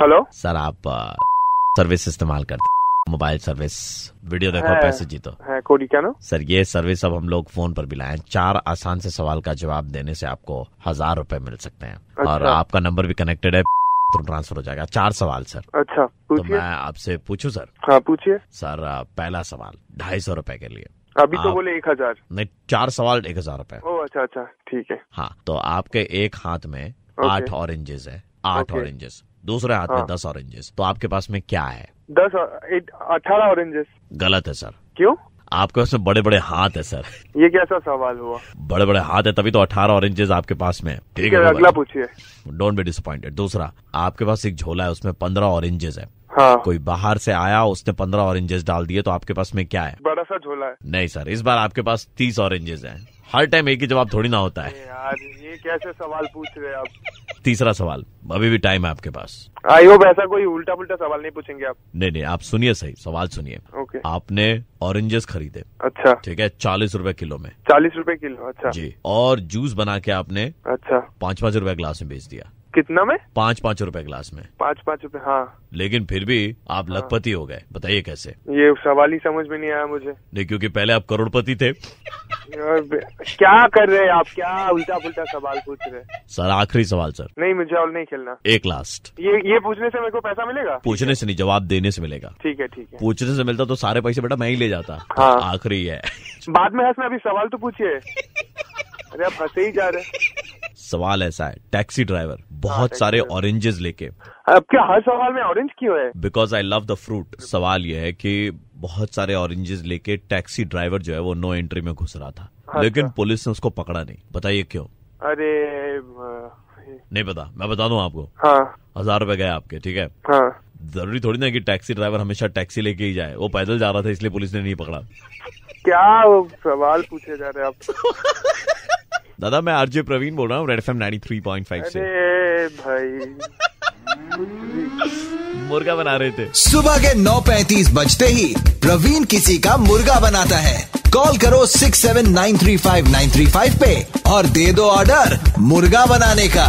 Hello sir आप service इस्तेमाल करते मोबाइल सर्विस वीडियो देखो हाँ। पैसे जीतो हाँ कोडी क्या ना सर ये सर्विस अब हम लोग फोन पर भी लाए हैं। चार आसान से सवाल का जवाब देने से आपको हजार रुपए मिल सकते हैं और अच्छा। आपका नंबर भी कनेक्टेड है तो ट्रांसफर हो जाएगा चार सवाल सर अच्छा तो पूछिए मैं आपसे पूछूं सर हाँ पूछिए सर आ, पहला सवाल ढाई सौ रूपए के लिए अभी तो आप- बोले एक हजार नहीं चार सवाल एक हजार रूपए ओ अच्छा अच्छा ठीक है हाँ तो आपके एक हाथ में ओके। आठ ऑरेंजेस है आठ ओके। ऑरेंजेस दूसरे हाथ में हाँ। दस ऑरेंजेस तो आपके पास में क्या है दस अठारह ऑरेंजेस गलत है सर क्यों आपके पास में बड़े बड़े हाथ है सर ये कैसा सवाल हुआ बड़े बड़े हाथ है तभी तो अठारह ऑरेंजेस आपके पास में है। ठीक ठीक है अगला है पूछिए डोंट बी डिसअपॉइंटेड दूसरा आपके पास एक झोला है उसमें पंद्रह ऑरेंजेस है हाँ कोई बाहर से आया उसने पंद्रह ऑरेंजेस डाल दिए तो आपके पास में क्या है बड़ा सा झोला है नहीं सर इस बार आपके पास तीस ऑरेंजेस हैं हर टाइम एक ही जवाब थोड़ी ना होता है अरे यार ये कैसे सवाल पूछ रहे हैं आप तीसरा सवाल अभी भी टाइम है आपके पास आई होप ऐसा कोई उल्टा पुल्टा सवाल नहीं पूछेंगे आप नहीं नहीं आप सुनिए सही सवाल सुनिए ओके आपने ऑरेंजेस खरीदे अच्छा ठीक है चालीस रूपए किलो में चालीस रुपए किलो अच्छा जी और जूस बना के आपने अच्छा पाँच पाँच रूपए ग्लास में बेच दिया कितना में पाँच पाँच रूपए ग्लास में पाँच पाँच रुपए हाँ लेकिन फिर भी आप लखपति हो गए बताइए कैसे ये सवाल ही समझ में नहीं आया मुझे नहीं क्योंकि पहले आप करोड़पति थे यार, बे- क्या कर रहे हैं आप क्या उल्टा पुल्टा सवाल पूछ रहे हैं सर आखिरी सवाल सर नहीं मुझे और नहीं खेलना एक लास्ट ये ये पूछने से मेरे को पैसा मिलेगा पूछने से नहीं जवाब देने से मिलेगा ठीक है ठीक है पूछने से मिलता तो सारे पैसे बेटा मैं ही ले जाता हाँ। आखिरी है बाद में हंसना अभी सवाल तो पूछिए अरे आप हंसे ही जा रहे हैं। सवाल ऐसा है टैक्सी हाँ, ड्राइवर बहुत सारे ऑरेंजेस लेके आपके हर सवाल में ऑरेंज क्यों है because I love the fruit सवाल यह है कि बहुत सारे ऑरेंजेस लेके टैक्सी ड्राइवर जो है वो नो एंट्री में घुस रहा था अच्छा। लेकिन पुलिस ने उसको पकड़ा नहीं बताइए क्यों अरे अ, नहीं पता मैं बता दूं आपको हाँ हजार रुपए गए आपके ठीक है हाँ जरूरी थोड़ी ना कि टैक्सी ड्राइवर हमेशा टैक्सी लेके ही जाए वो पैदल जा रहा था इसलिए पुलिस ने नहीं पकड़ा क्या वो सवाल पूछे जा रहे हैं आप दादा मैं आरजे प्रवीण बोल रहा हूँ रेड एफ एम 93.5 से अरे भाई मुर्गा बना रहे थे सुबह के 9:35 बजते ही प्रवीण किसी का मुर्गा बनाता है कॉल करो 6793593 पे और दे दो ऑर्डर मुर्गा बनाने का